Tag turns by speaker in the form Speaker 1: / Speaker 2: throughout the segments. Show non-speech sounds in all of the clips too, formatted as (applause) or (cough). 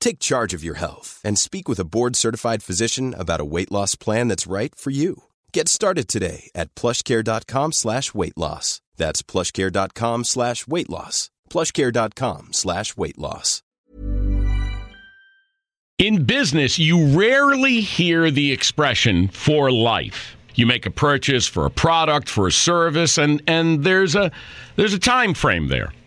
Speaker 1: Take charge of your health and speak with a board-certified physician about a weight loss plan that's right for you. Get started today at plushcare.com slash weight loss. That's plushcare.com slash weight loss. plushcare.com slash weight loss.
Speaker 2: In business, you rarely hear the expression for life. You make a purchase for a product, for a service, and, and there's a there's a time frame there.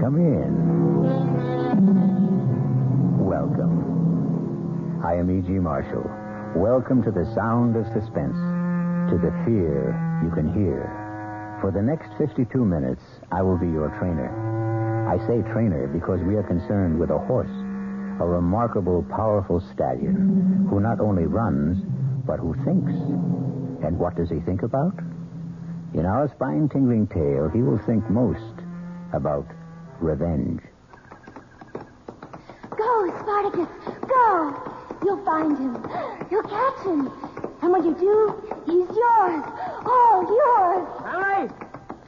Speaker 3: Come in. Welcome. I am E.G. Marshall. Welcome to the sound of suspense, to the fear you can hear. For the next 52 minutes, I will be your trainer. I say trainer because we are concerned with a horse, a remarkable, powerful stallion who not only runs, but who thinks. And what does he think about? In our spine tingling tale, he will think most about revenge.
Speaker 4: Go, Spartacus, go! You'll find him. You'll catch him. And when you do, he's yours. All yours.
Speaker 5: Emily!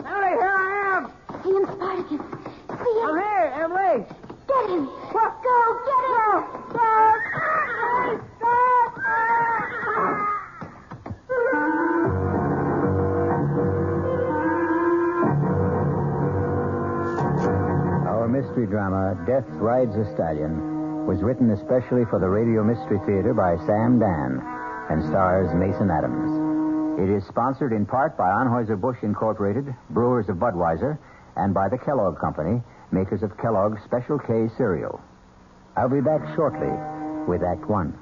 Speaker 5: Emily, here I am!
Speaker 4: See him, Spartacus. See
Speaker 5: I'm
Speaker 4: him.
Speaker 5: here, Emily!
Speaker 4: Get him. Go, get him. Go,
Speaker 3: Our mystery drama, Death Rides a Stallion, was written especially for the Radio Mystery Theater by Sam Dan and stars Mason Adams. It is sponsored in part by Anheuser-Busch Incorporated, brewers of Budweiser, and by the Kellogg Company, makers of Kellogg's Special K cereal. I'll be back shortly with Act One.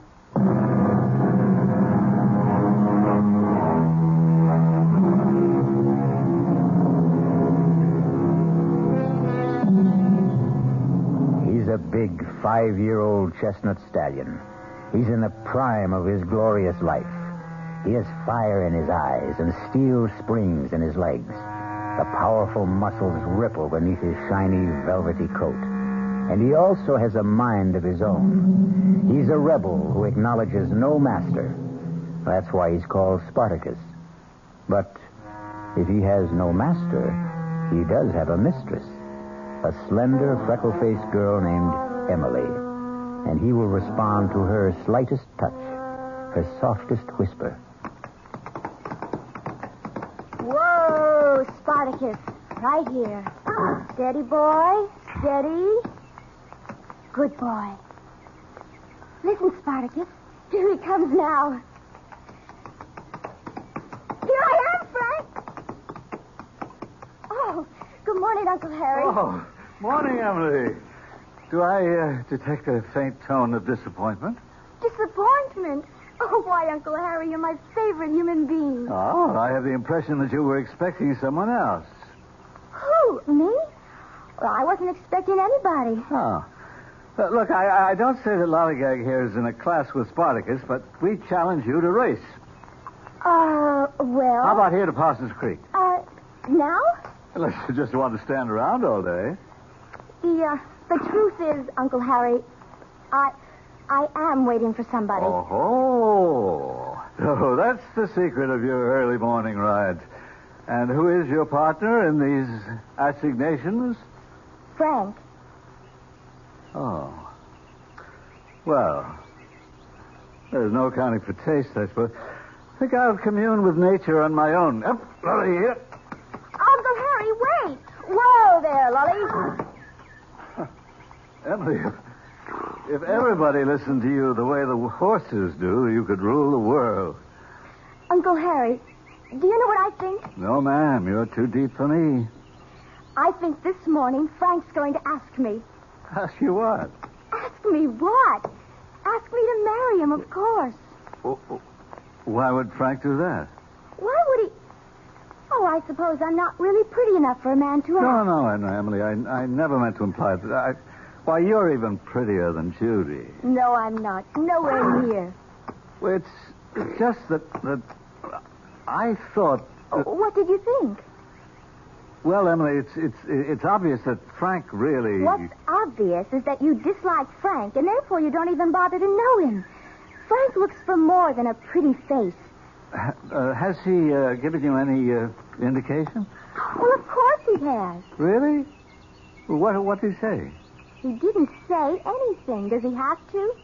Speaker 3: He's a big five year old chestnut stallion. He's in the prime of his glorious life. He has fire in his eyes and steel springs in his legs. The powerful muscles ripple beneath his shiny, velvety coat. And he also has a mind of his own. He's a rebel who acknowledges no master. That's why he's called Spartacus. But if he has no master, he does have a mistress. a slender, freckle faced girl named Emily, and he will respond to her slightest touch, her softest whisper.
Speaker 4: Whoa, Spartacus, right here. Steady, boy, steady. Good boy. Listen, Spartacus, here he comes now. Here I am, Frank. Oh, good morning, Uncle Harry.
Speaker 6: Oh, morning, Emily. Do I uh, detect a faint tone of disappointment?
Speaker 4: Disappointment. Oh, why, Uncle Harry, you're my favorite human being.
Speaker 6: Oh, I have the impression that you were expecting someone else.
Speaker 4: Who? Me? Well, I wasn't expecting anybody.
Speaker 6: Oh. Uh, look, I, I don't say that Lollygag here is in a class with Spartacus, but we challenge you to race.
Speaker 4: Uh, well.
Speaker 6: How about here to Parsons Creek?
Speaker 4: Uh, now?
Speaker 6: Unless you just want to stand around all day.
Speaker 4: The, uh, the truth is, Uncle Harry, I, I am waiting for somebody.
Speaker 6: (laughs) Oh, so that's the secret of your early morning rides. And who is your partner in these assignations?
Speaker 4: Frank.
Speaker 6: Oh. Well, there's no accounting for taste, I suppose. I think I'll commune with nature on my own. Up, lolly, up.
Speaker 4: Uncle Harry, wait! Whoa there, Lolly.
Speaker 6: Emily, if- if everybody listened to you the way the horses do, you could rule the world.
Speaker 4: Uncle Harry, do you know what I think?
Speaker 6: No, ma'am, you're too deep for me.
Speaker 4: I think this morning Frank's going to ask me.
Speaker 6: Ask you what?
Speaker 4: Ask me what? Ask me to marry him, of course.
Speaker 6: Oh, oh, Why would Frank do that?
Speaker 4: Why would he? Oh, I suppose I'm not really pretty enough for a man to ask.
Speaker 6: No, no, no, Emily, I, I never meant to imply that. I, why, you're even prettier than Judy.
Speaker 4: No, I'm not. Nowhere near.
Speaker 6: Well, It's, it's just that, that I thought. that-
Speaker 4: Oh, What did you think?
Speaker 6: well, Emily, it's it's it's obvious that Frank really.
Speaker 4: What's obvious is that you dislike Frank, and therefore you don't even bother to know him. Frank looks for more than a pretty face.
Speaker 6: Uh, has he uh, given you any uh, indication?
Speaker 4: Well, of course he has.
Speaker 6: Really? What what did he say?
Speaker 4: He didn't say anything. Does he have to?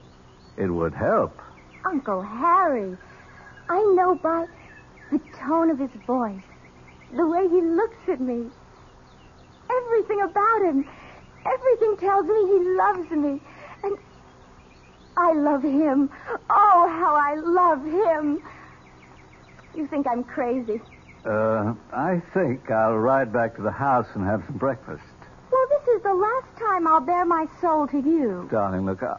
Speaker 6: It would help.
Speaker 4: Uncle Harry. I know by the tone of his voice, the way he looks at me. Everything about him, everything tells me he loves me. And I love him. Oh, how I love him. You think I'm crazy.
Speaker 6: Uh, I think I'll ride back to the house and have some breakfast,
Speaker 4: Well, this is the last time I'll bare my soul to you.
Speaker 6: darling. Look, I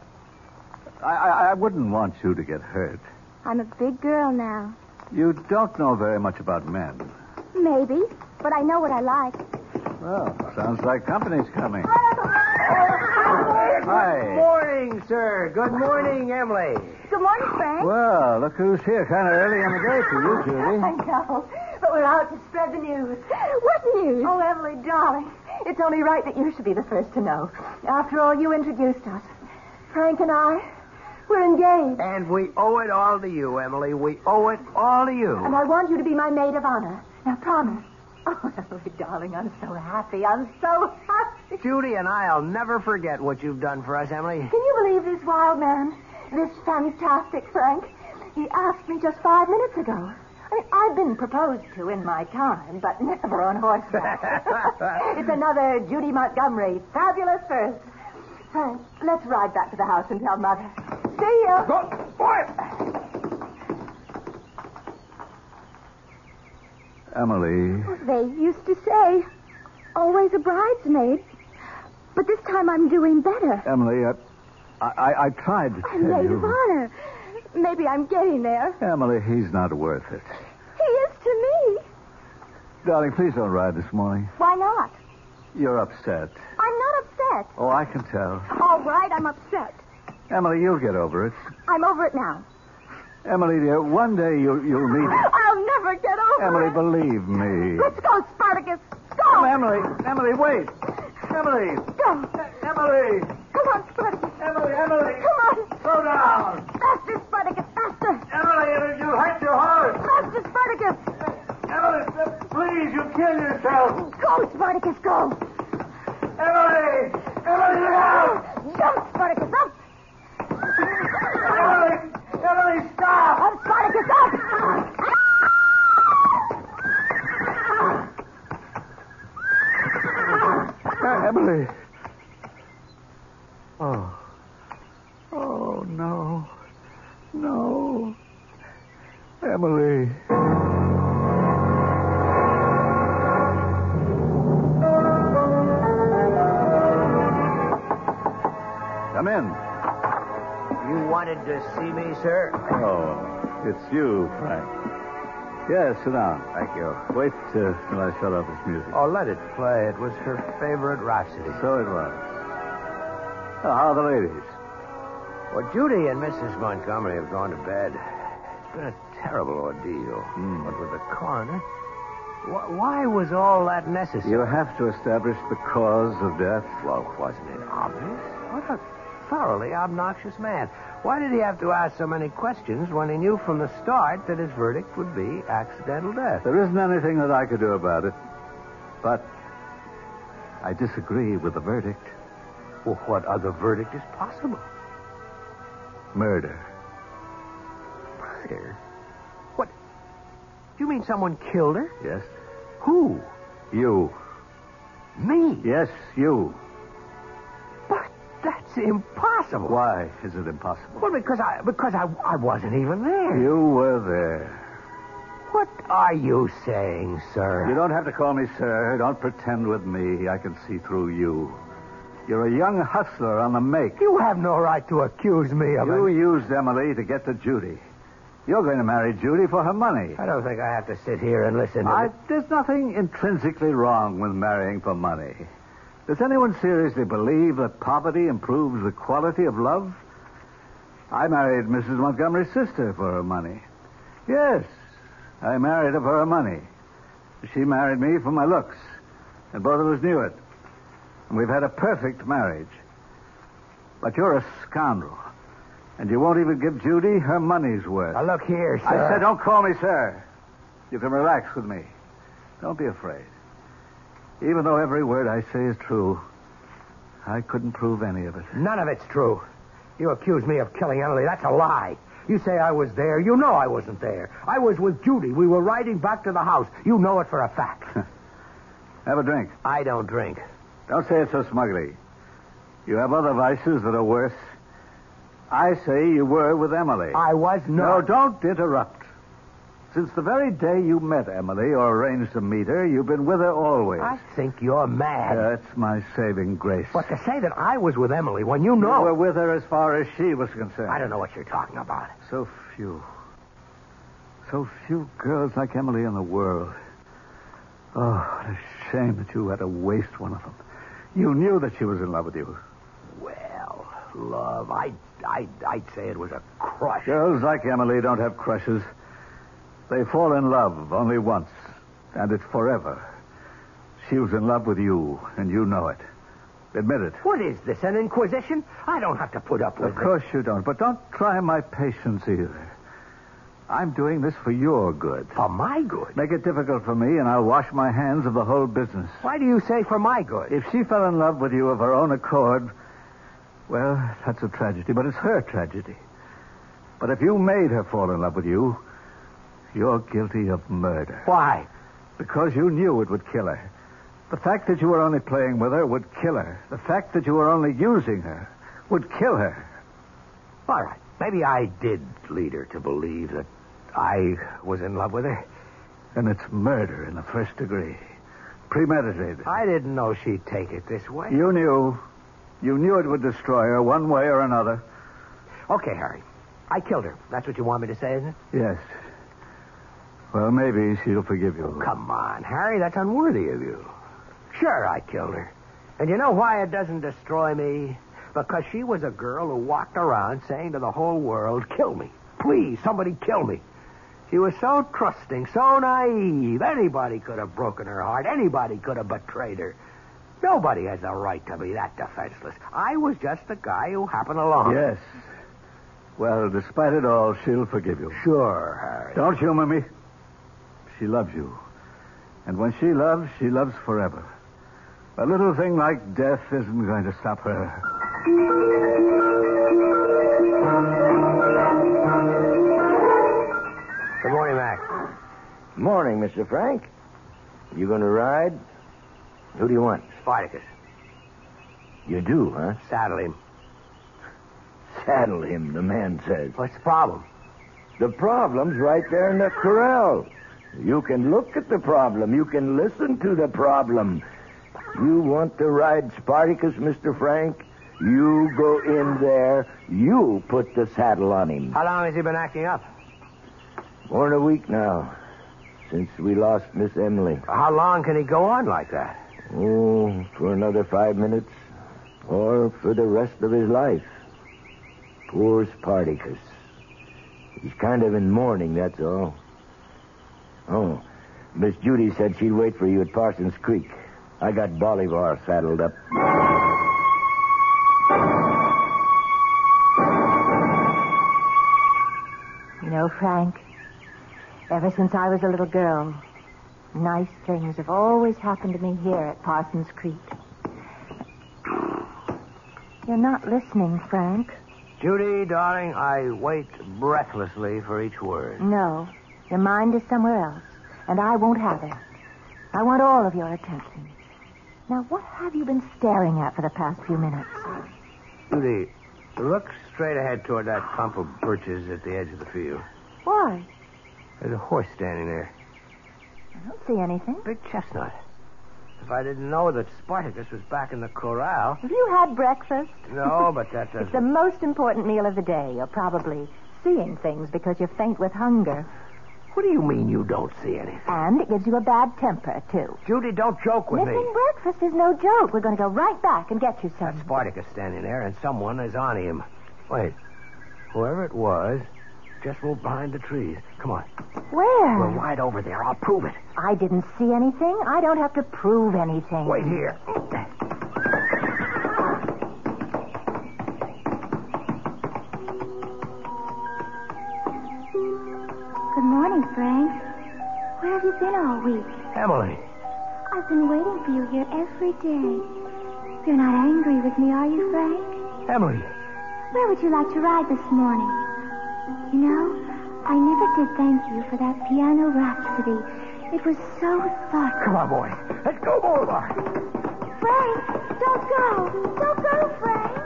Speaker 6: I, I- I wouldn't want you to get hurt.
Speaker 4: I'm a big girl now.
Speaker 6: You don't know very much about men.
Speaker 4: Maybe, but I know what I like.
Speaker 6: Well, sounds like company's coming.
Speaker 7: Good
Speaker 6: Hi.
Speaker 7: morning, sir. Good morning, Emily.
Speaker 4: Good morning, Frank.
Speaker 6: Well, look who's here. Kind of early in the day for you, Judy.
Speaker 5: I know, but we're out to spread the news.
Speaker 4: What news?
Speaker 5: Oh, Emily, darling, it's only right that you should be the first to know. After all, you introduced us. Frank and I, we're engaged,
Speaker 7: And we owe it all to you, Emily. We owe it all to
Speaker 5: and
Speaker 7: you.
Speaker 5: I want you to be my maid of honor. Now, promise. Oh, (laughs) Emily, darling, I'm so happy. I'm so happy.
Speaker 7: Judy and I'll never forget what you've done for us, Emily.
Speaker 5: Can you believe this wild man? This fantastic Frank? He asked me just five minutes ago. I mean, I've been proposed to in my time, but never on horseback. it's another Judy Montgomery. Fabulous first. Frank, let's ride back to the house and tell Mother. See you.
Speaker 6: Emily,
Speaker 4: They used to say, always a bridesmaid. But this time I'm doing better.
Speaker 6: Emily, uh, I, I, I tried to
Speaker 4: I'm
Speaker 6: tell
Speaker 4: maid of
Speaker 6: you.
Speaker 4: honor. Maybe I'm getting there.
Speaker 6: Emily, he's not worth it.
Speaker 4: He is to me.
Speaker 6: Darling, please don't ride this morning.
Speaker 4: Why not?
Speaker 6: You're upset.
Speaker 4: I'm not upset.
Speaker 6: Oh, I can tell.
Speaker 4: All right, I'm upset.
Speaker 6: Emily, you'll get over it.
Speaker 4: I'm over it now.
Speaker 6: Emily, dear, one day you'll, you'll meet.
Speaker 4: I'll never get
Speaker 7: Oh,
Speaker 4: over
Speaker 6: Emily,
Speaker 4: it.
Speaker 6: believe me.
Speaker 4: Let's go, Spartacus. Go.
Speaker 6: Oh, Emily, Emily, wait. Emily,
Speaker 4: Go.
Speaker 6: Emily,
Speaker 4: Come on, Spartacus.
Speaker 6: Emily, Emily.
Speaker 4: Come on.
Speaker 6: Slow down.
Speaker 4: Faster, Spartacus. Faster.
Speaker 6: Emily, you hurt your heart.
Speaker 4: Faster, Spartacus.
Speaker 6: Emily, please, you kill yourself.
Speaker 4: Go, Spartacus. Go.
Speaker 6: Emily! Ah, Oh. Oh, no. No. Emily. Come in.
Speaker 7: You wanted to see me, sir?
Speaker 6: Oh, it's you, Frank. Yes, sit down. Thank you. Wait uh, till I shut off this music.
Speaker 7: Oh, let it play. It was her favorite rhapsody.
Speaker 6: So it was. Oh, how are the ladies?
Speaker 7: Well, Judy and Mrs. Montgomery have gone to bed. It's been a terrible ordeal.
Speaker 6: Hmm.
Speaker 7: But with the coroner, wh- why was all that necessary?
Speaker 6: You have to establish the cause of death.
Speaker 7: Well, wasn't it obvious? What a thoroughly obnoxious man. Why did he have to ask so many questions when he knew from the start that his verdict would be accidental death?
Speaker 6: There isn't anything that I could do about it. But I disagree with the verdict.
Speaker 7: Well, what other verdict is possible?
Speaker 6: Murder.
Speaker 7: Murder? What? You mean someone killed her?
Speaker 6: Yes?
Speaker 7: Who?
Speaker 6: You.
Speaker 7: Me?
Speaker 6: Yes, you.
Speaker 7: But that's impossible.
Speaker 6: Why is it impossible?
Speaker 7: Well, because I because I, I wasn't even there.
Speaker 6: You were there.
Speaker 7: What are you saying, sir?
Speaker 6: You don't have to call me sir. Don't pretend with me. I can see through you. You're a young hustler on the make.
Speaker 7: You have no right to accuse me of
Speaker 6: You
Speaker 7: it.
Speaker 6: used Emily to get to Judy. You're going to marry Judy for her money.
Speaker 7: I don't think I have to sit here and listen to
Speaker 6: I,
Speaker 7: it.
Speaker 6: there's nothing intrinsically wrong with marrying for money. Does anyone seriously believe that poverty improves the quality of love? I married Mrs. Montgomery's sister for her money. Yes, I married her for her money. She married me for my looks, and both of us knew it. And we've had a perfect marriage. But you're a scoundrel, and you won't even give Judy her money's worth.
Speaker 7: Now, look here, sir.
Speaker 6: I said, don't call me sir. You can relax with me. Don't be afraid. Even though every word I say is true, I couldn't prove any of it.
Speaker 7: None of it's true. You accuse me of killing Emily. That's a lie. You say I was there. You know I wasn't there. I was with Judy. We were riding back to the house. You know it for a
Speaker 6: (laughs)
Speaker 7: fact.
Speaker 6: Have a drink.
Speaker 7: I don't drink.
Speaker 6: Don't say it so smugly. You have other vices that are worse. I say you were with Emily.
Speaker 7: I was
Speaker 6: No,
Speaker 7: not.
Speaker 6: don't interrupt. Since the very day you met Emily or arranged to meet her, you've been with her always.
Speaker 7: I think you're mad.
Speaker 6: That's my saving grace.
Speaker 7: But to say that I was with Emily when you know.
Speaker 6: You were with her as far as she was concerned.
Speaker 7: I don't know what you're talking about.
Speaker 6: So few. So few girls like Emily in the world. Oh, what a shame that you had to waste one of them. You knew that she was in love with you.
Speaker 7: Well, love, I, I, I'd say it was a crush.
Speaker 6: Girls like Emily don't have crushes. They fall in love only once, and it's forever. She was in love with you, and you know it. Admit it.
Speaker 7: What is this, an inquisition? I don't have to put up with
Speaker 6: Of course you don't, but don't try my patience either. I'm doing this for your good.
Speaker 7: it. For my good.
Speaker 6: Make it difficult for me, and I'll wash my hands of the whole business.
Speaker 7: Why do you say for my good?
Speaker 6: If she fell in love with you of her own accord, well, that's a tragedy, but it's her tragedy. But if you made her fall in love with you, you're guilty of murder.
Speaker 7: Why?
Speaker 6: Because you knew it would kill her. The fact that you were only playing with her would kill her. The fact that you were only using her would kill her.
Speaker 7: All right. Maybe I did lead her to believe that I was in love with her.
Speaker 6: And it's murder in the first degree. Premeditated.
Speaker 7: I didn't know she'd take it this way.
Speaker 6: You knew. You knew it would destroy her one way or another.
Speaker 7: Okay, Harry. I killed her. That's what you want me to say, isn't it?
Speaker 6: Yes. Well, maybe she'll forgive you.
Speaker 7: Come on, Harry. That's unworthy of you. Sure, I killed her. And you know why it doesn't destroy me? Because she was a girl who walked around saying to the whole world, kill me. Please, somebody kill me. She was so trusting, so naive. Anybody could have broken her heart. Anybody could have betrayed her. Nobody has a right to be that defenseless. I was just a guy who happened along.
Speaker 6: Yes. Well, despite it all, she'll forgive you.
Speaker 7: Sure, Harry.
Speaker 6: Don't humor me. She loves you. And when she loves, she loves forever. A little thing like death isn't going to stop her.
Speaker 7: Good morning, Mac.
Speaker 8: Morning, Mr. Frank. You going to ride? Who do you want?
Speaker 7: Spartacus.
Speaker 8: You do, huh?
Speaker 7: Saddle him.
Speaker 8: saddle him, the man says.
Speaker 7: What's the problem?
Speaker 8: The problem's right there in the corral. You can look at the problem. You can listen to the problem. You want to ride Spartacus, Mr. Frank? You go in there. You put the saddle on him.
Speaker 7: How long has he been acting up?
Speaker 8: More than a week now, since we lost Miss Emily.
Speaker 7: How long can he go on like that?
Speaker 8: Oh, for another five minutes, or for the rest of his life. Poor Spartacus. He's kind of in mourning, that's all. Oh, Miss Judy said she'd wait for you at Parsons Creek. I got Bolivar saddled up.
Speaker 5: You know, Frank, ever since I was a little girl, nice things have always happened to me here at Parsons Creek. You're not listening, Frank.
Speaker 7: Judy, darling, I wait breathlessly for each word.
Speaker 5: No, your mind is somewhere else, and I won't have it. I want all of your attention. Now, what have you been staring at for the past few minutes?
Speaker 7: Judy, look straight ahead toward that clump of birches at the edge of the field.
Speaker 5: Why?
Speaker 7: There's a horse standing there.
Speaker 5: I don't see anything.
Speaker 7: Big chestnut. If I didn't know that Spartacus was back in the corral.
Speaker 5: Have you had breakfast?
Speaker 7: No, but that
Speaker 5: It's the
Speaker 7: doesn't.
Speaker 5: most important meal of the day. You're probably seeing things because you're faint with hunger.
Speaker 7: What do you mean you don't see anything?
Speaker 5: And it gives you a bad temper, too.
Speaker 7: Judy, don't joke with me.
Speaker 5: Missing breakfast is no joke. We're going to go right back and get you some.
Speaker 7: That Spartacus standing there, and someone is on him. Wait. Whoever it was just moved behind the trees. Come on.
Speaker 5: Uh. Where?
Speaker 7: We're right over there. I'll prove it.
Speaker 5: I didn't see anything. I don't have to prove anything.
Speaker 7: Wait here.
Speaker 4: Good morning, Frank. Where have you been all week?
Speaker 7: Emily.
Speaker 4: I've been waiting for you here every day. You're not angry with me, are you, Frank?
Speaker 7: Emily.
Speaker 4: Where would you like to ride this morning? You know, I never did thank you for that piano rhapsody. It was so thoughtful.
Speaker 7: Come on, boy. Let's go, Bolivar.
Speaker 4: Frank, don't go. Don't go, Frank.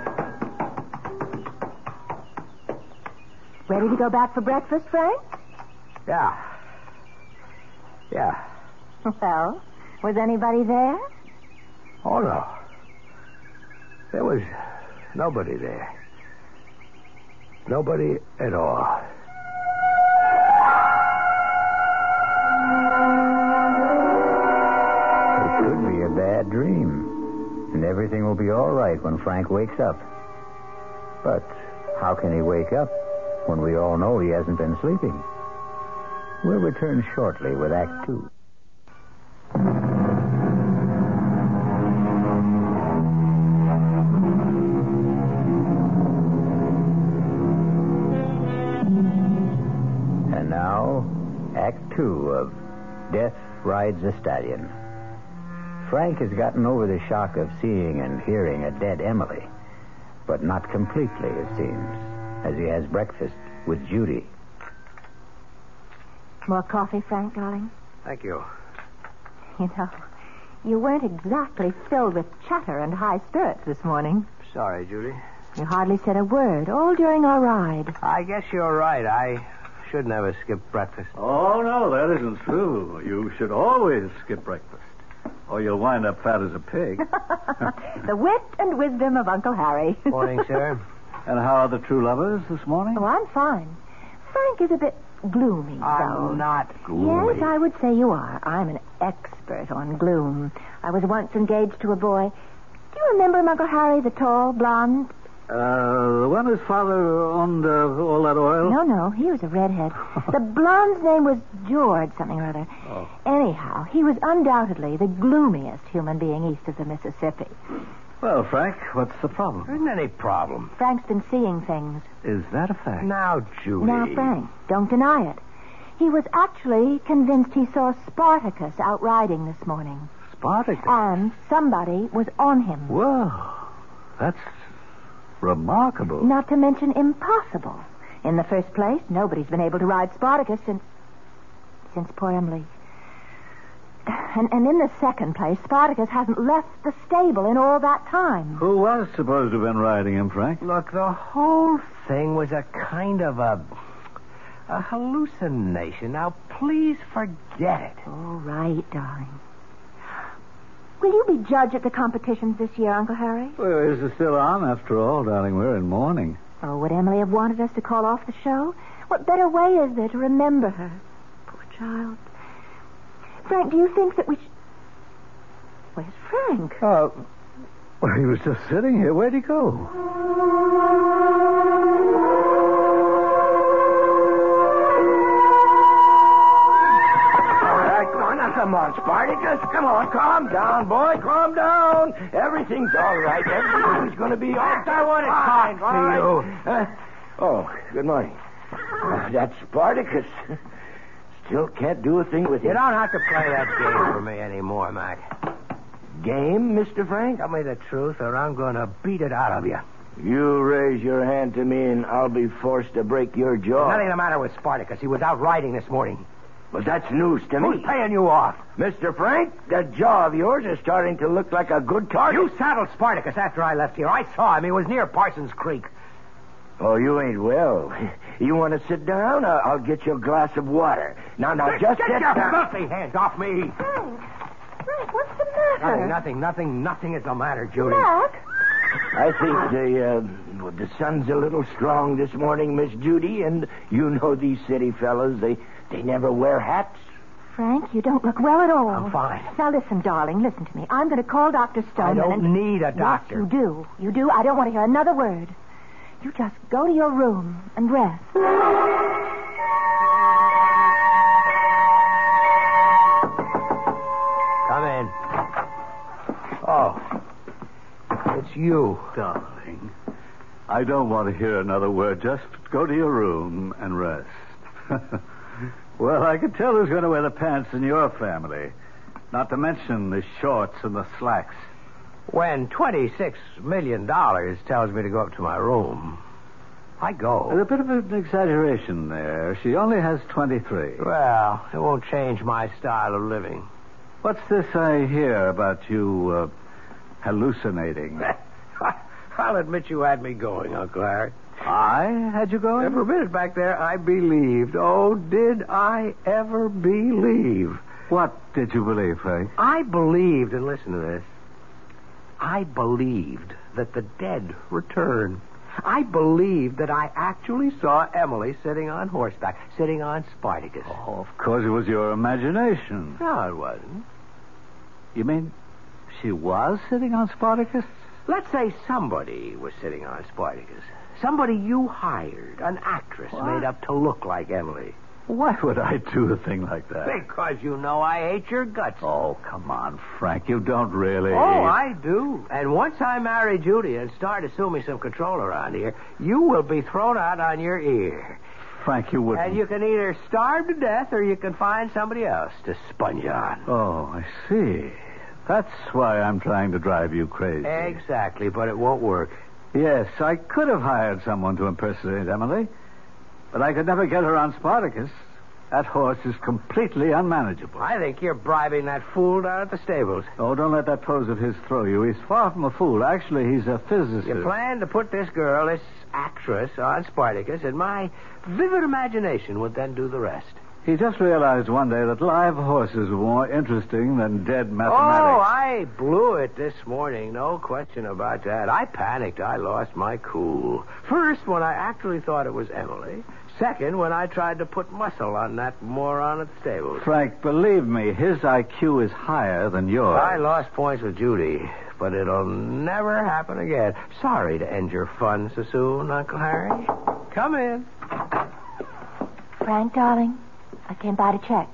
Speaker 5: Ready to go back for breakfast, Frank?
Speaker 7: Yeah. Yeah.
Speaker 5: Well, was anybody there?
Speaker 7: Oh, no. There was nobody there. Nobody at all.
Speaker 3: It could be a bad dream, and everything will be all right when Frank wakes up. But how can he wake up when we all know he hasn't been sleeping? We'll return shortly with Act Two. And now, Act Two of Death Rides a Stallion. Frank has gotten over the shock of seeing and hearing a dead Emily, but not completely, it seems, as he has breakfast with Judy.
Speaker 5: More coffee, Frank, darling?
Speaker 7: Thank you.
Speaker 5: (laughs) You know, you weren't exactly filled with chatter and high spirits this morning.
Speaker 7: Sorry, Judy.
Speaker 5: You hardly said a word, all during our ride.
Speaker 7: I guess you're right. I should never skip breakfast.
Speaker 6: Oh, no, that isn't true. You should always skip breakfast, or you'll wind up fat as a pig.
Speaker 5: The wit and wisdom of Uncle Harry.
Speaker 7: (laughs)
Speaker 5: (laughs)
Speaker 7: Morning, sir.
Speaker 6: and how are the true lovers this morning?
Speaker 5: Oh, I'm fine. Frank is a bit gloomy, though.
Speaker 7: I'm not
Speaker 5: Yes, I would say you are. I'm an expert on gloom. I was once engaged to a boy. Do you remember him, Uncle Harry, the tall, blonde?
Speaker 6: Uh, the one whose father owned uh, all that
Speaker 7: Oh.
Speaker 6: oil?
Speaker 5: No, no, he was
Speaker 7: (laughs)
Speaker 5: a redhead. the blonde's name was George something or other. Anyhow, he was undoubtedly the gloomiest human being east of the Mississippi.
Speaker 6: Well, Frank, what's the problem?
Speaker 7: Isn't any problem.
Speaker 5: Frank's been seeing things.
Speaker 6: Is that a fact?
Speaker 7: Now, Judy.
Speaker 5: Now, Frank, don't deny it. He was actually convinced he saw Spartacus out riding this morning,
Speaker 6: Spartacus.
Speaker 5: and somebody was on him.
Speaker 6: Well, that's remarkable.
Speaker 5: Not to mention impossible. In the first place, nobody's been able to ride Spartacus since. since poor Emily. And, and in the second place, Spartacus hasn't left the stable in all that time.
Speaker 6: Who was supposed to have been riding him, Frank?
Speaker 7: Look, the whole thing was a kind of a. a hallucination. Now, please forget it.
Speaker 5: All right, darling. Will you be judge at the competitions this year, Uncle Harry?
Speaker 6: Well, this is still on, after all, darling. We're in mourning.
Speaker 5: Oh, would Emily have wanted us to call off the show? What better way is there to remember her? Poor child. Frank, do you think that we should. Where's Frank?
Speaker 6: Uh, well, he was just sitting here. Where'd he go?
Speaker 7: All right, come on, now, come on, Spartacus. Come on, calm down, boy, calm down. Everything's all right. Everything's going to be all right. I want (laughs) to talk
Speaker 8: oh, good morning. Uh, that Spartacus still can't do a thing with
Speaker 7: You
Speaker 8: him.
Speaker 7: don't have to play that game for me anymore, Mac.
Speaker 8: Game, Mr. Frank?
Speaker 7: Tell me the truth, or I'm going to beat it out of you.
Speaker 8: You raise your hand to me, and I'll be forced to break your jaw.
Speaker 7: Nothing the matter with Spartacus. He was out riding this morning.
Speaker 8: But that's news to
Speaker 7: Who's
Speaker 8: me.
Speaker 7: paying you off?
Speaker 8: Mr. Frank, the jaw of yours is starting to look like a good target.
Speaker 7: You saddled Spartacus after I left here. I saw him. He was near Parsons Creek.
Speaker 8: Oh, you ain't well. (laughs) You want to sit down? I'll, I'll get you a glass of water. Now, now, just
Speaker 7: Get
Speaker 8: sit
Speaker 7: your
Speaker 8: down.
Speaker 7: filthy hands off me.
Speaker 5: Frank! Frank, what's the matter?
Speaker 7: Nothing, nothing, nothing, nothing is the matter, Judy.
Speaker 5: Mac?
Speaker 8: I think the uh, the sun's a little strong this morning, Miss Judy, and you know these city fellows they they never wear hats.
Speaker 5: Frank, you don't look well at all.
Speaker 7: I'm fine.
Speaker 5: Now listen, darling, listen to me. I'm going to call Dr.
Speaker 7: I
Speaker 5: Stoneman.
Speaker 7: don't
Speaker 5: and...
Speaker 7: need a
Speaker 5: Yes,
Speaker 7: doctor.
Speaker 5: you do. You do. I don't want to hear another word. You just go to your room and rest.
Speaker 7: Come in. Oh, it's you.
Speaker 6: Darling, I don't want to hear another word. Just go to your room and rest. (laughs) well, I could tell who's going to wear the pants in your family. Not to mention the shorts and the slacks.
Speaker 7: When twenty-six million dollars tells me to go up to my room, I
Speaker 6: There's
Speaker 7: go.
Speaker 6: a bit of an exaggeration there. She only has 23.
Speaker 7: Well, it won't change my style of living.
Speaker 6: What's this I hear about you uh,
Speaker 7: (laughs)
Speaker 6: hallucinating?
Speaker 7: I'll admit you had me going, Uncle Harry.
Speaker 6: I had you going?
Speaker 7: And for a minute back there, I believed. Oh, did I ever believe?
Speaker 6: What did you believe, Frank?
Speaker 7: I believed, and listen to this. I believed that the dead return. I believed that I actually saw Emily sitting on horseback, sitting on Spartacus.
Speaker 6: Oh, of course it was your imagination.
Speaker 7: No, it wasn't.
Speaker 6: You mean she was sitting on Spartacus?
Speaker 7: Let's say somebody was sitting on Spartacus. Somebody you hired, an actress
Speaker 6: What?
Speaker 7: made up to look like Emily.
Speaker 6: Why would I do a thing like that?
Speaker 7: Because you know I ate your guts.
Speaker 6: Oh, come on, Frank. You don't really.
Speaker 7: Oh, I do. And once I marry Judy and start assuming some control around here, you will be thrown out on your ear.
Speaker 6: Frank, you wouldn't.
Speaker 7: And you can either starve to death or you can find somebody else to sponge on.
Speaker 6: Oh, I see. That's why I'm trying to drive you crazy.
Speaker 7: Exactly, but it won't work.
Speaker 6: Yes, I could have hired someone to impersonate Emily, but I could never get her on Spartacus. That horse is completely unmanageable.
Speaker 7: I think you're bribing that fool down at the stables.
Speaker 6: Oh, don't let that pose of his throw you. He's far from a fool. Actually, he's a physicist.
Speaker 7: You plan to put this girl, this actress, on Spartacus, and my vivid imagination would then do the rest.
Speaker 6: He just realized one day that live horses were more interesting than dead
Speaker 7: Oh,
Speaker 6: mathematics.
Speaker 7: I blew it this morning. No question about that. I panicked. I lost my cool. First, when I actually thought it was Emily. Second, when I tried to put muscle on that moron at the stables.
Speaker 6: Frank, believe me, his IQ is higher than yours.
Speaker 7: I lost points with Judy, but it'll never happen again. Sorry to end your fun so soon, Uncle Harry. Come in.
Speaker 5: Frank, darling, I came by to check.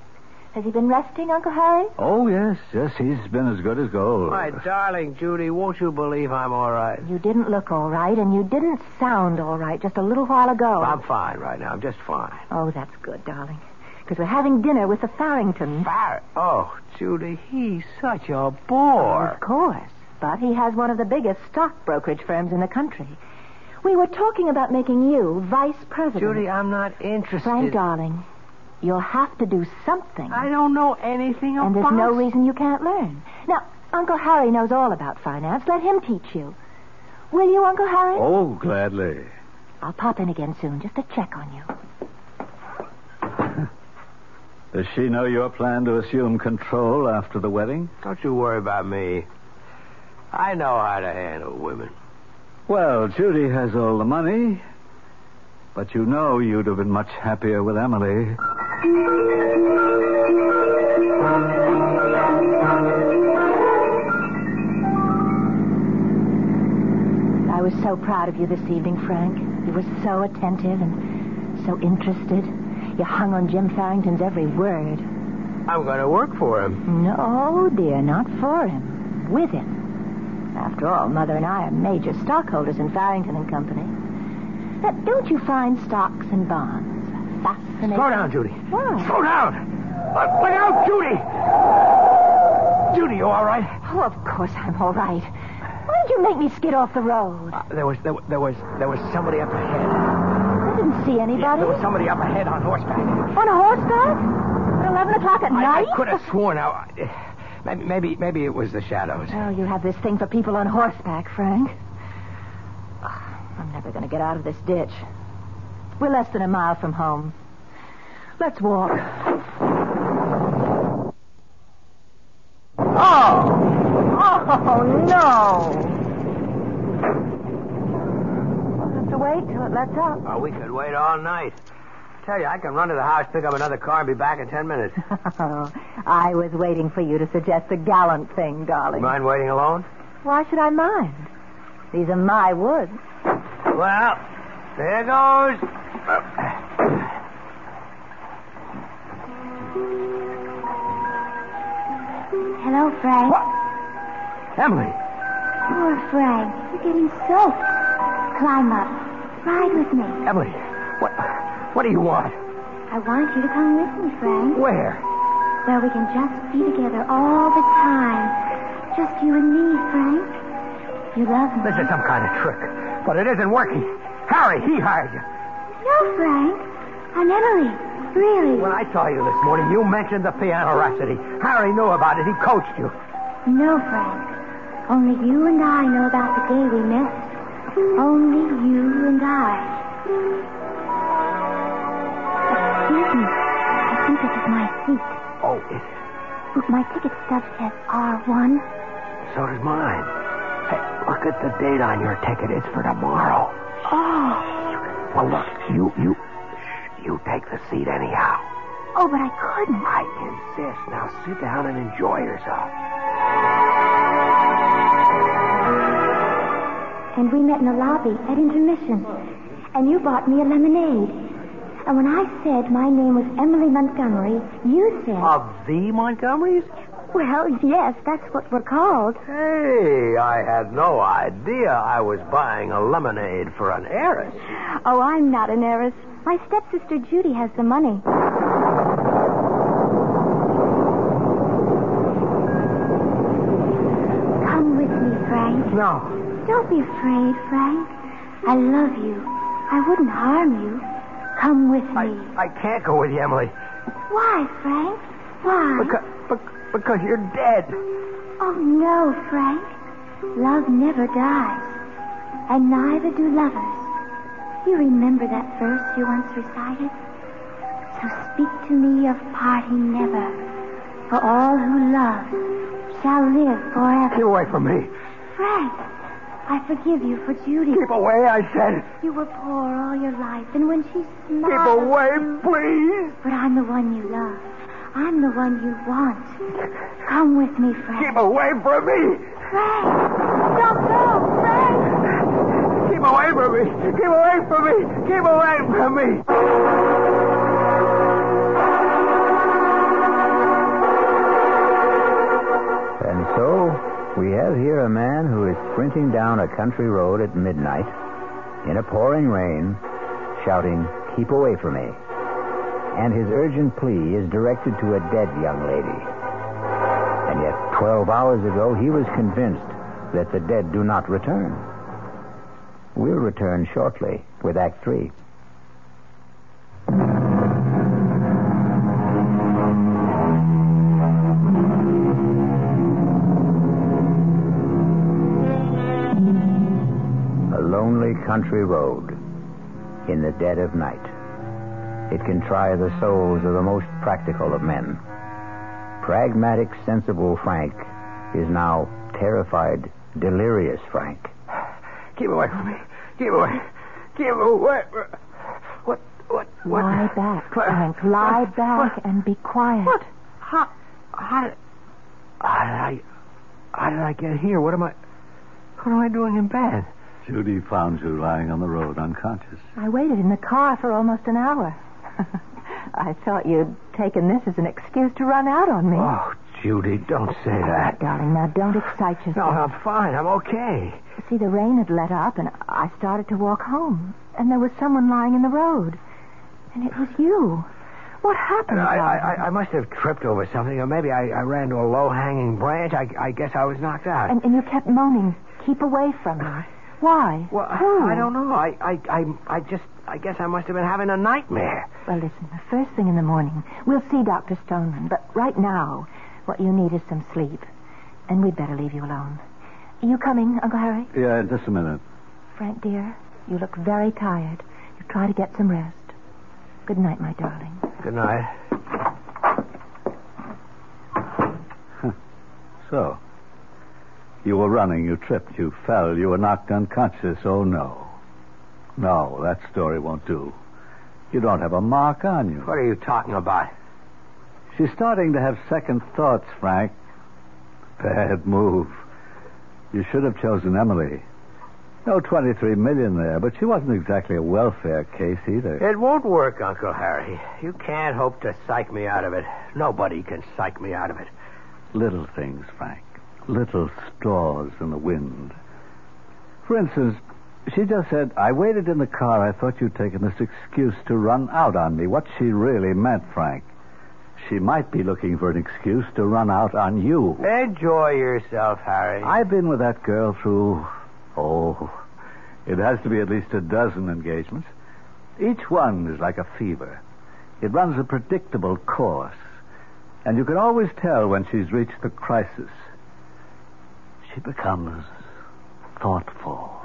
Speaker 5: Has he been resting, Uncle Harry?
Speaker 6: Oh, yes, yes, he's been as good as gold.
Speaker 7: My darling Judy, won't you believe I'm all right?
Speaker 5: You didn't look all right, and you didn't sound all right just a little while
Speaker 9: Oh.
Speaker 5: ago.
Speaker 7: I'm fine right now. I'm just fine.
Speaker 5: Oh, that's good, darling. Because we're having dinner with the Farringtons.
Speaker 7: Barrett. Oh, Judy, he's such a bore.
Speaker 5: Of course. But he has one of the biggest stock brokerage firms in the country. We were talking about making you vice president.
Speaker 7: Judy, I'm not interested.
Speaker 5: Frank, darling, You'll have to do something.
Speaker 9: I don't know anything
Speaker 5: and there's
Speaker 9: about
Speaker 5: no reason you can't learn. Now, Uncle Harry knows all about finance. Let him teach you. Will you, Uncle Harry?
Speaker 6: Oh, gladly.
Speaker 5: I'll pop in again soon just to check on you.
Speaker 6: Does she know your plan to assume control after the wedding?
Speaker 7: Don't you worry about me. I know how to handle women.
Speaker 6: Well, Judy has all the money. But you know you'd have been much happier with Emily.
Speaker 5: I was so proud of you this evening, Frank. You were so attentive and so interested. You hung on Jim Farrington's every word.
Speaker 7: I'm going to work for him.
Speaker 5: Mm. No, dear, not for him. With him. After all, Mother and I are major stockholders in Farrington and Company. Now, don't you find stocks and bonds fascinating?
Speaker 7: Slow down, Judy.
Speaker 5: What?
Speaker 7: Slow down. But look out, Judy. Judy, you all right?
Speaker 5: Oh, of course I'm all right. Why did you make me skid off the road?
Speaker 7: Uh, there was there, wa- there was there was somebody up ahead.
Speaker 5: I didn't see anybody.
Speaker 7: Yeah, there was somebody up ahead on horseback.
Speaker 5: On horseback? At 11 o'clock at
Speaker 7: I,
Speaker 5: night?
Speaker 7: I (sighs) could have sworn. Now, maybe, maybe maybe it was the shadows.
Speaker 5: Oh, you have this thing for people on horseback, Frank. Ah, I'm never going to get out of this ditch. We're less than a mile from home. Let's walk. Oh! Oh, no! We'll have to wait till it lets up. (laughs)
Speaker 7: Oh, we could wait all night. Tell you, I can run to the house, pick up another car, and be back in ten
Speaker 4: (laughs)
Speaker 7: minutes.
Speaker 5: I was waiting for you to suggest the gallant thing, darling.
Speaker 7: Mind waiting alone?
Speaker 5: Why should I mind? These are my woods.
Speaker 7: Well, there goes.
Speaker 4: Hello, Frank.
Speaker 7: Emily.
Speaker 4: Poor Frank. You're getting soaked. Climb up. Ride with me.
Speaker 7: Emily, what what do you want?
Speaker 4: I want you to come with me, Frank.
Speaker 7: Where?
Speaker 4: Where we can just be together all the time. Just you and me, Frank. You love me.
Speaker 7: This is some kind of trick, but it isn't working. Harry, he hired you.
Speaker 4: No, Frank. I'm Emily. Really.
Speaker 7: When I saw you this morning, you mentioned the piano rhapsody. Harry knew about it. He coached you.
Speaker 4: No, Frank. Only you and I know about the day we met. Only you and I. Excuse me. I think this is my seat.
Speaker 7: Oh, it,
Speaker 4: Look, my ticket stub says R1.
Speaker 7: so does mine. Hey, look at the date on your ticket. It's for tomorrow.
Speaker 4: Oh.
Speaker 7: Well, look, you you shh, you take the seat anyhow.
Speaker 4: Oh, but I couldn't.
Speaker 7: I insist. Now sit down and enjoy yourself.
Speaker 4: And we met in the lobby at intermission. And you bought me a lemonade. And when I said my name was Emily Montgomery, you said.
Speaker 7: Of the Montgomerys?
Speaker 4: Well, yes, that's what we're called.
Speaker 7: Hey, I had no idea I was buying a lemonade for an heiress.
Speaker 4: Oh, I'm not an heiress. My stepsister Judy has the money. Come with me, Frank.
Speaker 7: No.
Speaker 4: Don't be afraid, Frank. I love you. I wouldn't harm you. Come with
Speaker 7: I,
Speaker 4: me.
Speaker 7: I can't go with you, Emily.
Speaker 4: Why, Frank? Why?
Speaker 7: Because, because you're dead.
Speaker 4: Oh, no, Frank. Love never dies, and neither do lovers. You remember that verse you once recited? So speak to me of parting never, for all who love shall live
Speaker 7: Get
Speaker 4: forever.
Speaker 7: away from me.
Speaker 4: Frank, I forgive you for Judy.
Speaker 7: Keep away, I said.
Speaker 4: You were poor all your life, and when she smiled.
Speaker 7: Keep away, please.
Speaker 4: But I'm the one you love. I'm the one you want. Come with me, Frank.
Speaker 7: Keep away from me.
Speaker 4: Frank! Don't go, Frank!
Speaker 7: Keep away from me. Keep away from me. Keep away from me.
Speaker 3: And so, we have here a man who is sprinting down a country road at midnight in a pouring rain, shouting, Keep away from me. And his urgent plea is directed to a dead young lady. And yet, 12 hours ago, he was convinced that the dead do not return. We'll return shortly with Act Three. lonely country road in the dead of night. It can try the souls of the most practical of men. Pragmatic, sensible Frank is now terrified, delirious Frank.
Speaker 7: Keep away from me. Keep away. Keep away. What? What? What?
Speaker 5: Lie back, Frank. Lie back and be quiet. What?
Speaker 7: How? How? did- How did I? How did I get here? What am I? What am I doing in bed?
Speaker 6: Judy found you lying on the road unconscious.
Speaker 5: I waited in the car for almost an hour. (laughs) I thought you'd taken this as an excuse to run out on me.
Speaker 7: Oh, Judy, don't say that.
Speaker 5: darling, now don't excite yourself.
Speaker 7: No, Oh, I'm fine. I'm okay.
Speaker 5: See, the rain had let up, and I started to walk home. And there was someone lying in the road. And it was you. What
Speaker 7: I,
Speaker 5: happened?
Speaker 7: I,
Speaker 5: darling?
Speaker 7: I- I must have tripped over something, or maybe I, I ran to a low-hanging branch. I, I guess I was knocked out.
Speaker 5: And, and you kept moaning, keep away from me. Why?
Speaker 7: Well,
Speaker 5: Who?
Speaker 7: I don't know. I, I, I, I just, I guess I must have been having a nightmare.
Speaker 5: Well, listen, the first thing in the morning, we'll see Dr. Stoneman. But right now, what you need is some sleep. And we'd better leave you alone. You coming, Uncle Harry?
Speaker 6: Yeah, in just a minute.
Speaker 5: Frank, dear, you look very tired. You try to get some rest. Good night, my darling.
Speaker 7: Good night.
Speaker 6: (laughs) So, you were running, you tripped, you fell, you were knocked unconscious. Oh, no. No, that story won't do. You don't have a mark on you.
Speaker 7: What are you talking about?
Speaker 6: She's starting to have second thoughts, Frank. Bad move. You should have chosen Emily. No 23 million there, but she wasn't exactly a welfare case either.
Speaker 7: It won't work, Uncle Harry. You can't hope to psych me out of it. Nobody can psych me out of it.
Speaker 6: Little things, Frank. Little straws in the wind. For instance, she just said, I waited in the car. I thought you'd taken this excuse to run out on me. What she really meant, Frank, she might be looking for an excuse to run out on you.
Speaker 7: Enjoy yourself, Harry.
Speaker 6: I've been with that girl through, oh, it has to be at least a dozen engagements. Each one is like a fever. It runs a predictable course, and you can always tell when she's reached the crisis. She becomes thoughtful.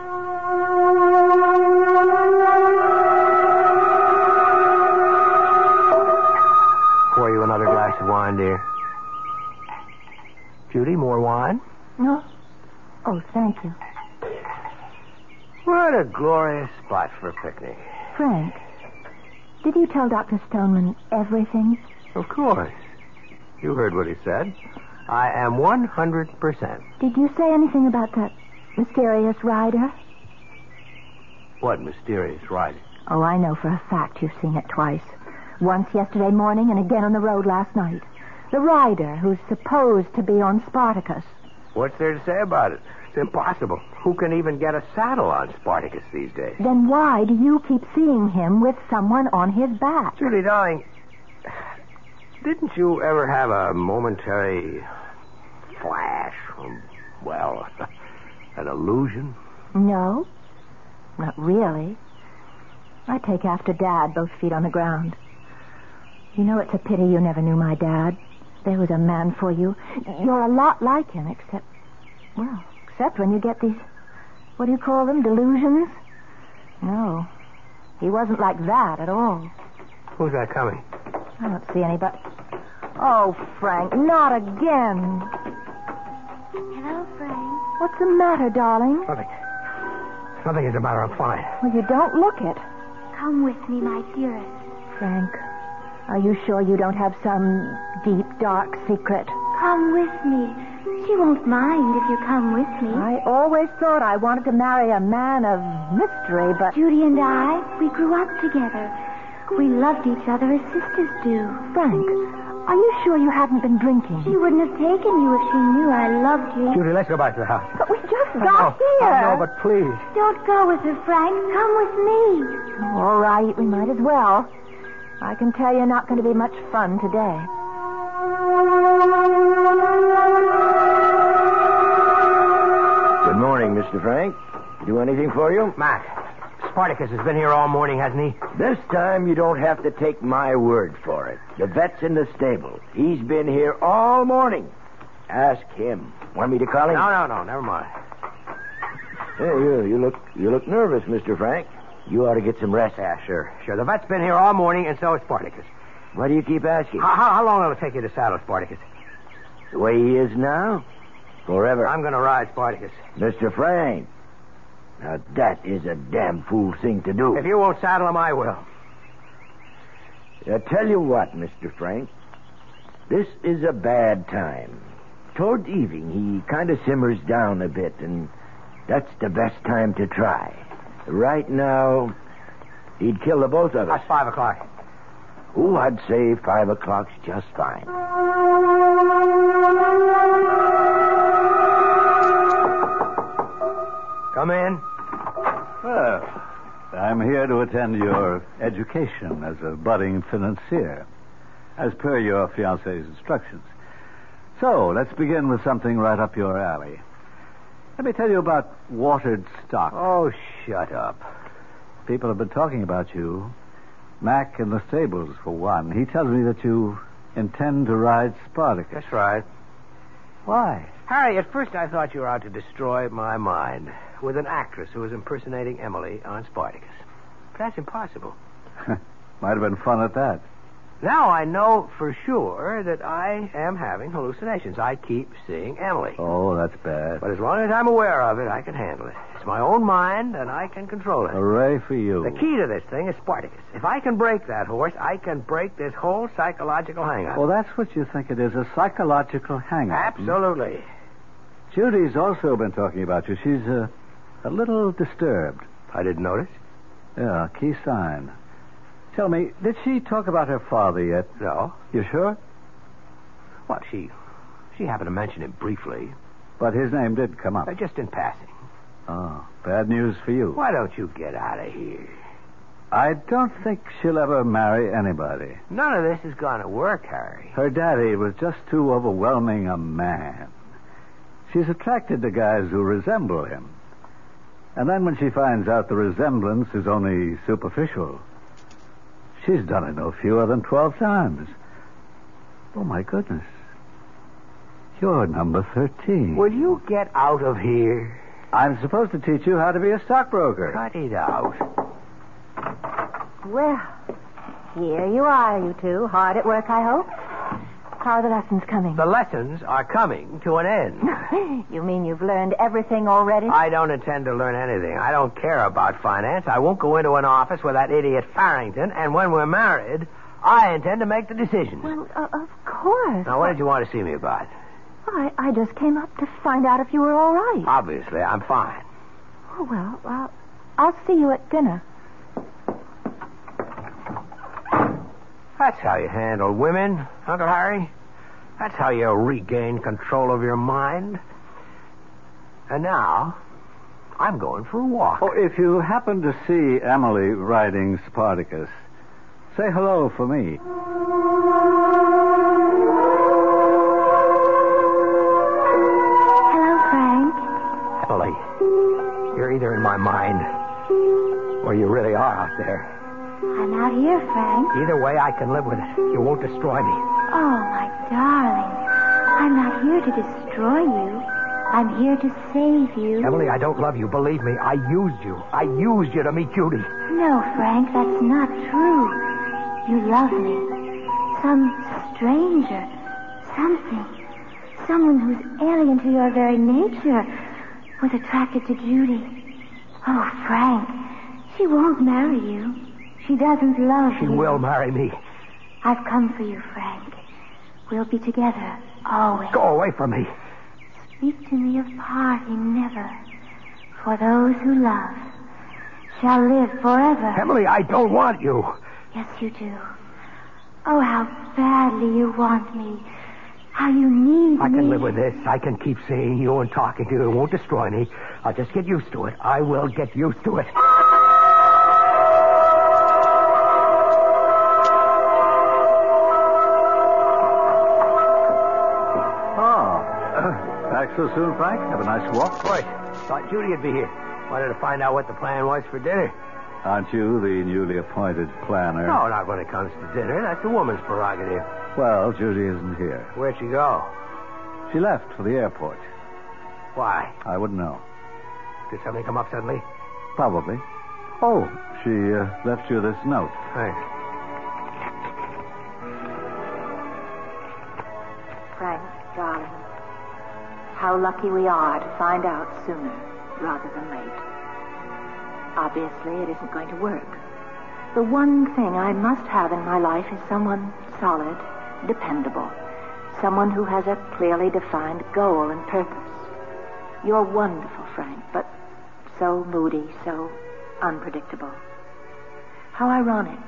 Speaker 7: pour you another glass of wine, dear. Judy, more wine?
Speaker 5: No? Oh, thank you.
Speaker 7: What a glorious spot for a picnic.
Speaker 5: Frank, did you tell Dr. Stoneman everything?
Speaker 7: Of course. You heard what he said. I am 100%.
Speaker 5: Did you say anything about that mysterious rider?
Speaker 7: What mysterious writing?
Speaker 5: Oh, I know for a fact you've seen it twice. Once yesterday morning and again on the road last night. The rider who's supposed to be on Spartacus.
Speaker 7: What's there to say about it? It's impossible. Who can even get a saddle on Spartacus these days?
Speaker 5: Then why do you keep seeing him with someone on his back?
Speaker 7: Julie, darling, didn't you ever have a momentary flash? um, Well, (laughs) an illusion?
Speaker 5: No, not really. I take after Dad, both feet on the ground. You know, it's a pity you never knew my dad. There was a man for you. You're a lot like him, except, well, except when you get these, what do you call them, delusions? No, he wasn't like that at all.
Speaker 7: Who's that coming?
Speaker 5: I don't see anybody. Oh, Frank, not again.
Speaker 4: Hello, Frank.
Speaker 5: What's the matter, darling?
Speaker 7: Nothing. Nothing is the matter. I'm fine.
Speaker 5: Well, you don't look it.
Speaker 4: Come with me, my dearest.
Speaker 5: Frank, are you sure you don't have some deep, dark secret?
Speaker 4: Come with me. She won't mind if you come with me.
Speaker 5: I always thought I wanted to marry a man of mystery, but.
Speaker 4: Judy and I, we grew up together. We loved each other as sisters do.
Speaker 5: Frank, are you sure you haven't been
Speaker 4: She
Speaker 5: drinking?
Speaker 4: wouldn't have taken you if she knew I loved you.
Speaker 7: Judy, let's go back to the house.
Speaker 5: But we just
Speaker 7: no, Oh, no, but please.
Speaker 4: Don't go with her, Frank. Come with me.
Speaker 5: All right, we might as well. I can tell you're not going to be much fun today.
Speaker 10: Good morning, Mr. Frank. Do anything for you?
Speaker 7: Mac, Spartacus has been here all morning, hasn't he?
Speaker 10: This time you don't have to take my word for it. The vet's in the stable. He's been here all morning. Ask him. Want me to call him?
Speaker 7: No, no, no, never mind.
Speaker 3: Hey, you, you look you look nervous, Mr. Frank. You ought to get some rest.
Speaker 7: Yeah, sure. Sure. The vet's been here all morning, and so is Spartacus.
Speaker 3: Why do you keep asking?
Speaker 7: How, how, how long will it take you to saddle Spartacus?
Speaker 3: The way he is now? Forever.
Speaker 7: I'm going to ride Spartacus.
Speaker 3: Mr. Frank. Now that is a damn fool thing to do.
Speaker 7: If you won't saddle him, I will.
Speaker 3: I Uh, tell you what, Mr. Frank. This is a bad time. Toward evening, he kind of simmers down a bit, and that's the best time to try. Right now, he'd kill the both of us.
Speaker 7: That's five o'clock.
Speaker 3: Oh, I'd say five o'clock's just fine.
Speaker 7: Come in.
Speaker 6: Well, I'm here to attend your education as a budding financier, as per your fiance's instructions. So, let's begin with something right up your alley. Let me tell you about watered stock.
Speaker 7: Oh, shut up.
Speaker 6: People have been talking about you. Mac in the stables, for one. He tells me that you intend to ride Spartacus.
Speaker 7: That's right.
Speaker 6: Why?
Speaker 7: Harry, at first I thought you were out to destroy my mind with an actress who was impersonating Emily on Spartacus. But that's impossible.
Speaker 6: Might have been fun at that.
Speaker 7: Now I know for sure that I am having hallucinations. I keep seeing Emily.
Speaker 6: Oh, that's bad.
Speaker 7: But as long as I'm aware of it, I can handle it. It's my own mind, and I can control it.
Speaker 6: Hooray for you.
Speaker 7: The key to this thing is Spartacus. If I can break that horse, I can break this whole psychological hang-up.
Speaker 6: Well, that's what you think it is, a psychological hang-up. hmm?
Speaker 7: Absolutely.
Speaker 6: Judy's also been talking about you. She's uh, a little disturbed.
Speaker 7: I didn't notice.
Speaker 6: Yeah, key sign. Tell me, did she talk about her father yet?
Speaker 7: No.
Speaker 6: You sure?
Speaker 7: Well, she she happened to mention him briefly,
Speaker 6: But his name did come up.
Speaker 7: uh, just in passing.
Speaker 6: Oh, bad news for you.
Speaker 7: Why don't you get out of here?
Speaker 6: I don't think she'll ever marry anybody.
Speaker 7: None of this is going to work, Harry.
Speaker 6: Her daddy was just too overwhelming a man. She's attracted to guys who resemble him. And then when she finds out the resemblance is only superficial, she's done it no fewer than 12 times. Oh, my goodness. You're number 13.
Speaker 7: Will you get out of here?
Speaker 6: I'm supposed to teach you how to be a stockbroker.
Speaker 7: Cut it out.
Speaker 4: Well, here you are, you two. Hard at work, I hope. How are the lessons coming?
Speaker 7: The lessons are coming to an end.
Speaker 4: (laughs) you mean you've learned everything already?
Speaker 7: I don't intend to learn anything. I don't care about finance. I won't go into an office with that idiot Farrington. And when we're married, I intend to make the decisions.
Speaker 4: Well, uh, of course.
Speaker 7: now, what did you want to see me about?
Speaker 4: I, I just came up to find out if you were all right.
Speaker 7: Obviously, I'm fine.
Speaker 4: oh, well, uh, I'll see you at dinner.
Speaker 7: That's how you handle women, Uncle Harry. That's how you regain control of your mind. And now, I'm going for a walk.
Speaker 6: Oh, if you happen to see Emily riding Spartacus, say hello for me.
Speaker 4: Hello, Frank.
Speaker 7: Emily, you're either in my mind or you really are out there.
Speaker 4: I'm out here, Frank.
Speaker 7: Either way, I can live with it. You won't destroy me.
Speaker 4: Oh, my darling. I'm not here to destroy you. I'm here to save you.
Speaker 7: Emily, I don't love you. Believe me, I used you. I used you to meet Judy.
Speaker 4: No, Frank, that's not true. You love me. Some stranger. Something. Someone who's alien to your very nature was attracted to Judy. Oh, Frank, she won't marry you. She doesn't love
Speaker 7: She
Speaker 4: you.
Speaker 7: will marry me.
Speaker 4: I've come for you, Frank. We'll be together, always.
Speaker 7: Go away from me.
Speaker 4: Speak to me of parting, never. For those who love shall live forever.
Speaker 7: Emily, I don't want you.
Speaker 4: Yes, you do. Oh, how badly you want me. How you need
Speaker 7: I
Speaker 4: me.
Speaker 7: can live with this. I can keep seeing you and talking to you. It won't destroy me. I'll just get used to it. I will get used to it.
Speaker 6: Oh, back so soon, Frank? Have a nice walk.
Speaker 7: Boy, thought Judy would be here. Wanted to find out what the plan was for dinner.
Speaker 6: Aren't you the newly appointed planner?
Speaker 7: No, not when it comes to dinner. That's a woman's prerogative.
Speaker 6: Well, Judy isn't here.
Speaker 7: Where'd she go?
Speaker 6: She left for the airport.
Speaker 7: Why?
Speaker 6: I wouldn't know.
Speaker 7: Did something come up suddenly?
Speaker 6: Probably. Oh, she uh, left you this note.
Speaker 7: Thanks.
Speaker 5: Frank, darling, how lucky we are to find out sooner rather than late. Obviously, it isn't going to work. The one thing I must have in my life is someone solid, dependable, someone who has a clearly defined goal and purpose. You're wonderful, Frank, but so moody, so unpredictable. How ironic.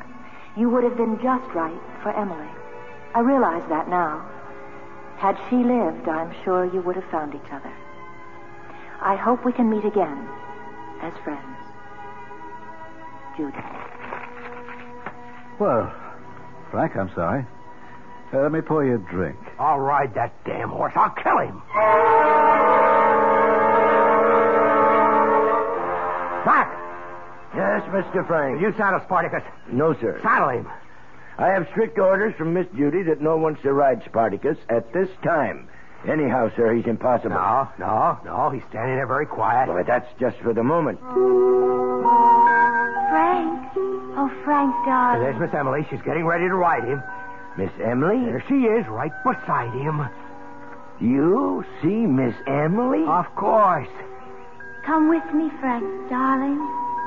Speaker 5: You would have been just right for Emily. I realize that now. Had she lived, I'm sure you would have found each other. I hope we can meet again as friends. Judy.
Speaker 6: Well, Frank, I'm sorry. Uh, let me pour you a drink.
Speaker 7: I'll ride that damn horse. I'll kill him.
Speaker 8: Back!
Speaker 7: Yes, Mr. Frank. You saddle Spartacus.
Speaker 8: No, sir.
Speaker 7: Saddle him.
Speaker 8: I have strict orders from Miss Judy that no one's to ride Spartacus at this time. Anyhow, sir, he's impossible.
Speaker 7: No, no, no. He's standing there very quiet.
Speaker 8: Why, that's just for the moment.
Speaker 4: Frank. Oh, Frank,
Speaker 7: And
Speaker 4: darling.
Speaker 7: there's Miss Emily. She's getting ready to ride him.
Speaker 8: Miss Emily?
Speaker 7: There she is, right beside him.
Speaker 8: You see Miss Emily?
Speaker 7: Of course.
Speaker 4: Come with me, Frank, darling.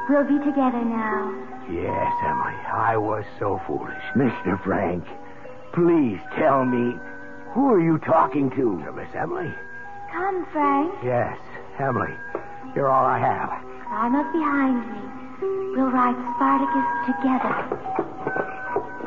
Speaker 4: We'll be together now.
Speaker 7: Yes, Emily. I was so foolish.
Speaker 8: Mr. Frank, please tell me, who are you talking to?
Speaker 7: To Miss Emily?
Speaker 4: Come, Frank.
Speaker 7: Yes, Emily. You're all I have.
Speaker 4: Climb up behind me. We'll ride Spartacus together.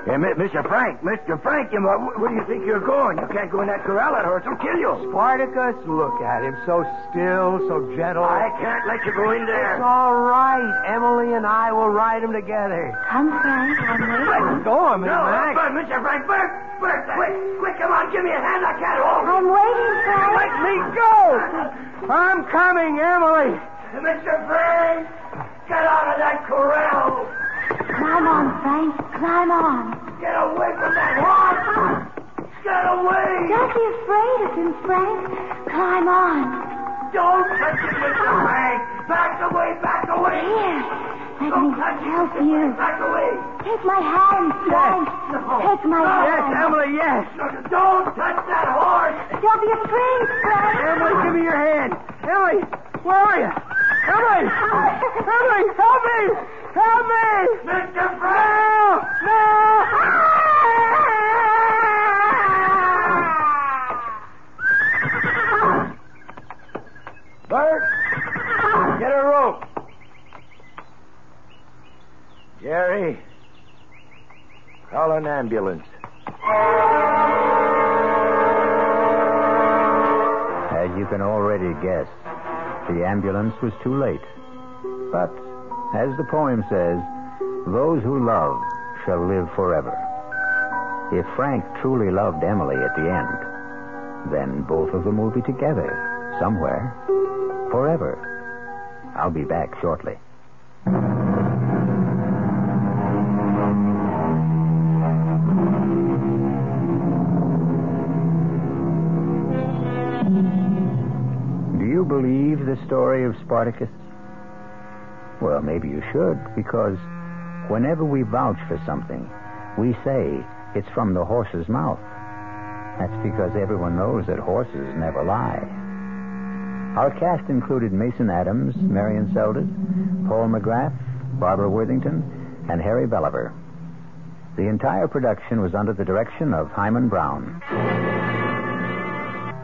Speaker 8: Hey, Mi- Mr. Frank, Mr. Frank, you, mu- where do you think you're going? You can't go in that corral that horse will kill you.
Speaker 7: Spartacus, look at him. So still, so gentle.
Speaker 8: I can't let you go in
Speaker 7: It's
Speaker 8: there.
Speaker 7: all right. Emily and I will ride him together.
Speaker 4: Come, Frank. I'm waiting.
Speaker 7: Go, Emily.
Speaker 8: No, Bert, Mr. Frank, Bert, Bert, quick, quick, come on, give me a hand, I can't hold.
Speaker 4: I'm waiting, Frank.
Speaker 7: Let me go! I'm coming, Emily.
Speaker 8: Mr. Frank, get out of that corral.
Speaker 4: Climb on, Frank. Climb on.
Speaker 8: Get away from that horse. Get away.
Speaker 4: Don't be afraid of him, Frank. Climb on.
Speaker 8: Don't touch it, Mr. Frank. Back away, back away.
Speaker 4: Here. Let me help you.
Speaker 8: Back away.
Speaker 4: Take my hand, Frank. Take my hand.
Speaker 7: Emily, yes.
Speaker 8: Don't touch that horse.
Speaker 4: Don't be afraid, Frank.
Speaker 7: Emily, give me your hand. Emily, where are you?
Speaker 4: (laughs)
Speaker 7: Emily! Emily, help me! Help me! Mr. Brown! No!
Speaker 8: Bert, get a rope. Jerry, call an ambulance.
Speaker 3: As you can already guess, the ambulance was too late. But, as the poem says, those who love shall live forever. If Frank truly loved Emily at the end, then both of them will be together, somewhere, forever. I'll be back shortly. Do you believe the story of Spartacus? Well, maybe you should, because whenever we vouch for something, we say it's from the horse's mouth. That's because everyone knows that horses never lie. Our cast included Mason Adams, Marion Seldes, Paul McGrath, Barbara Worthington, and Harry Belliver. The entire production was under the direction of Hyman Brown.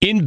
Speaker 2: In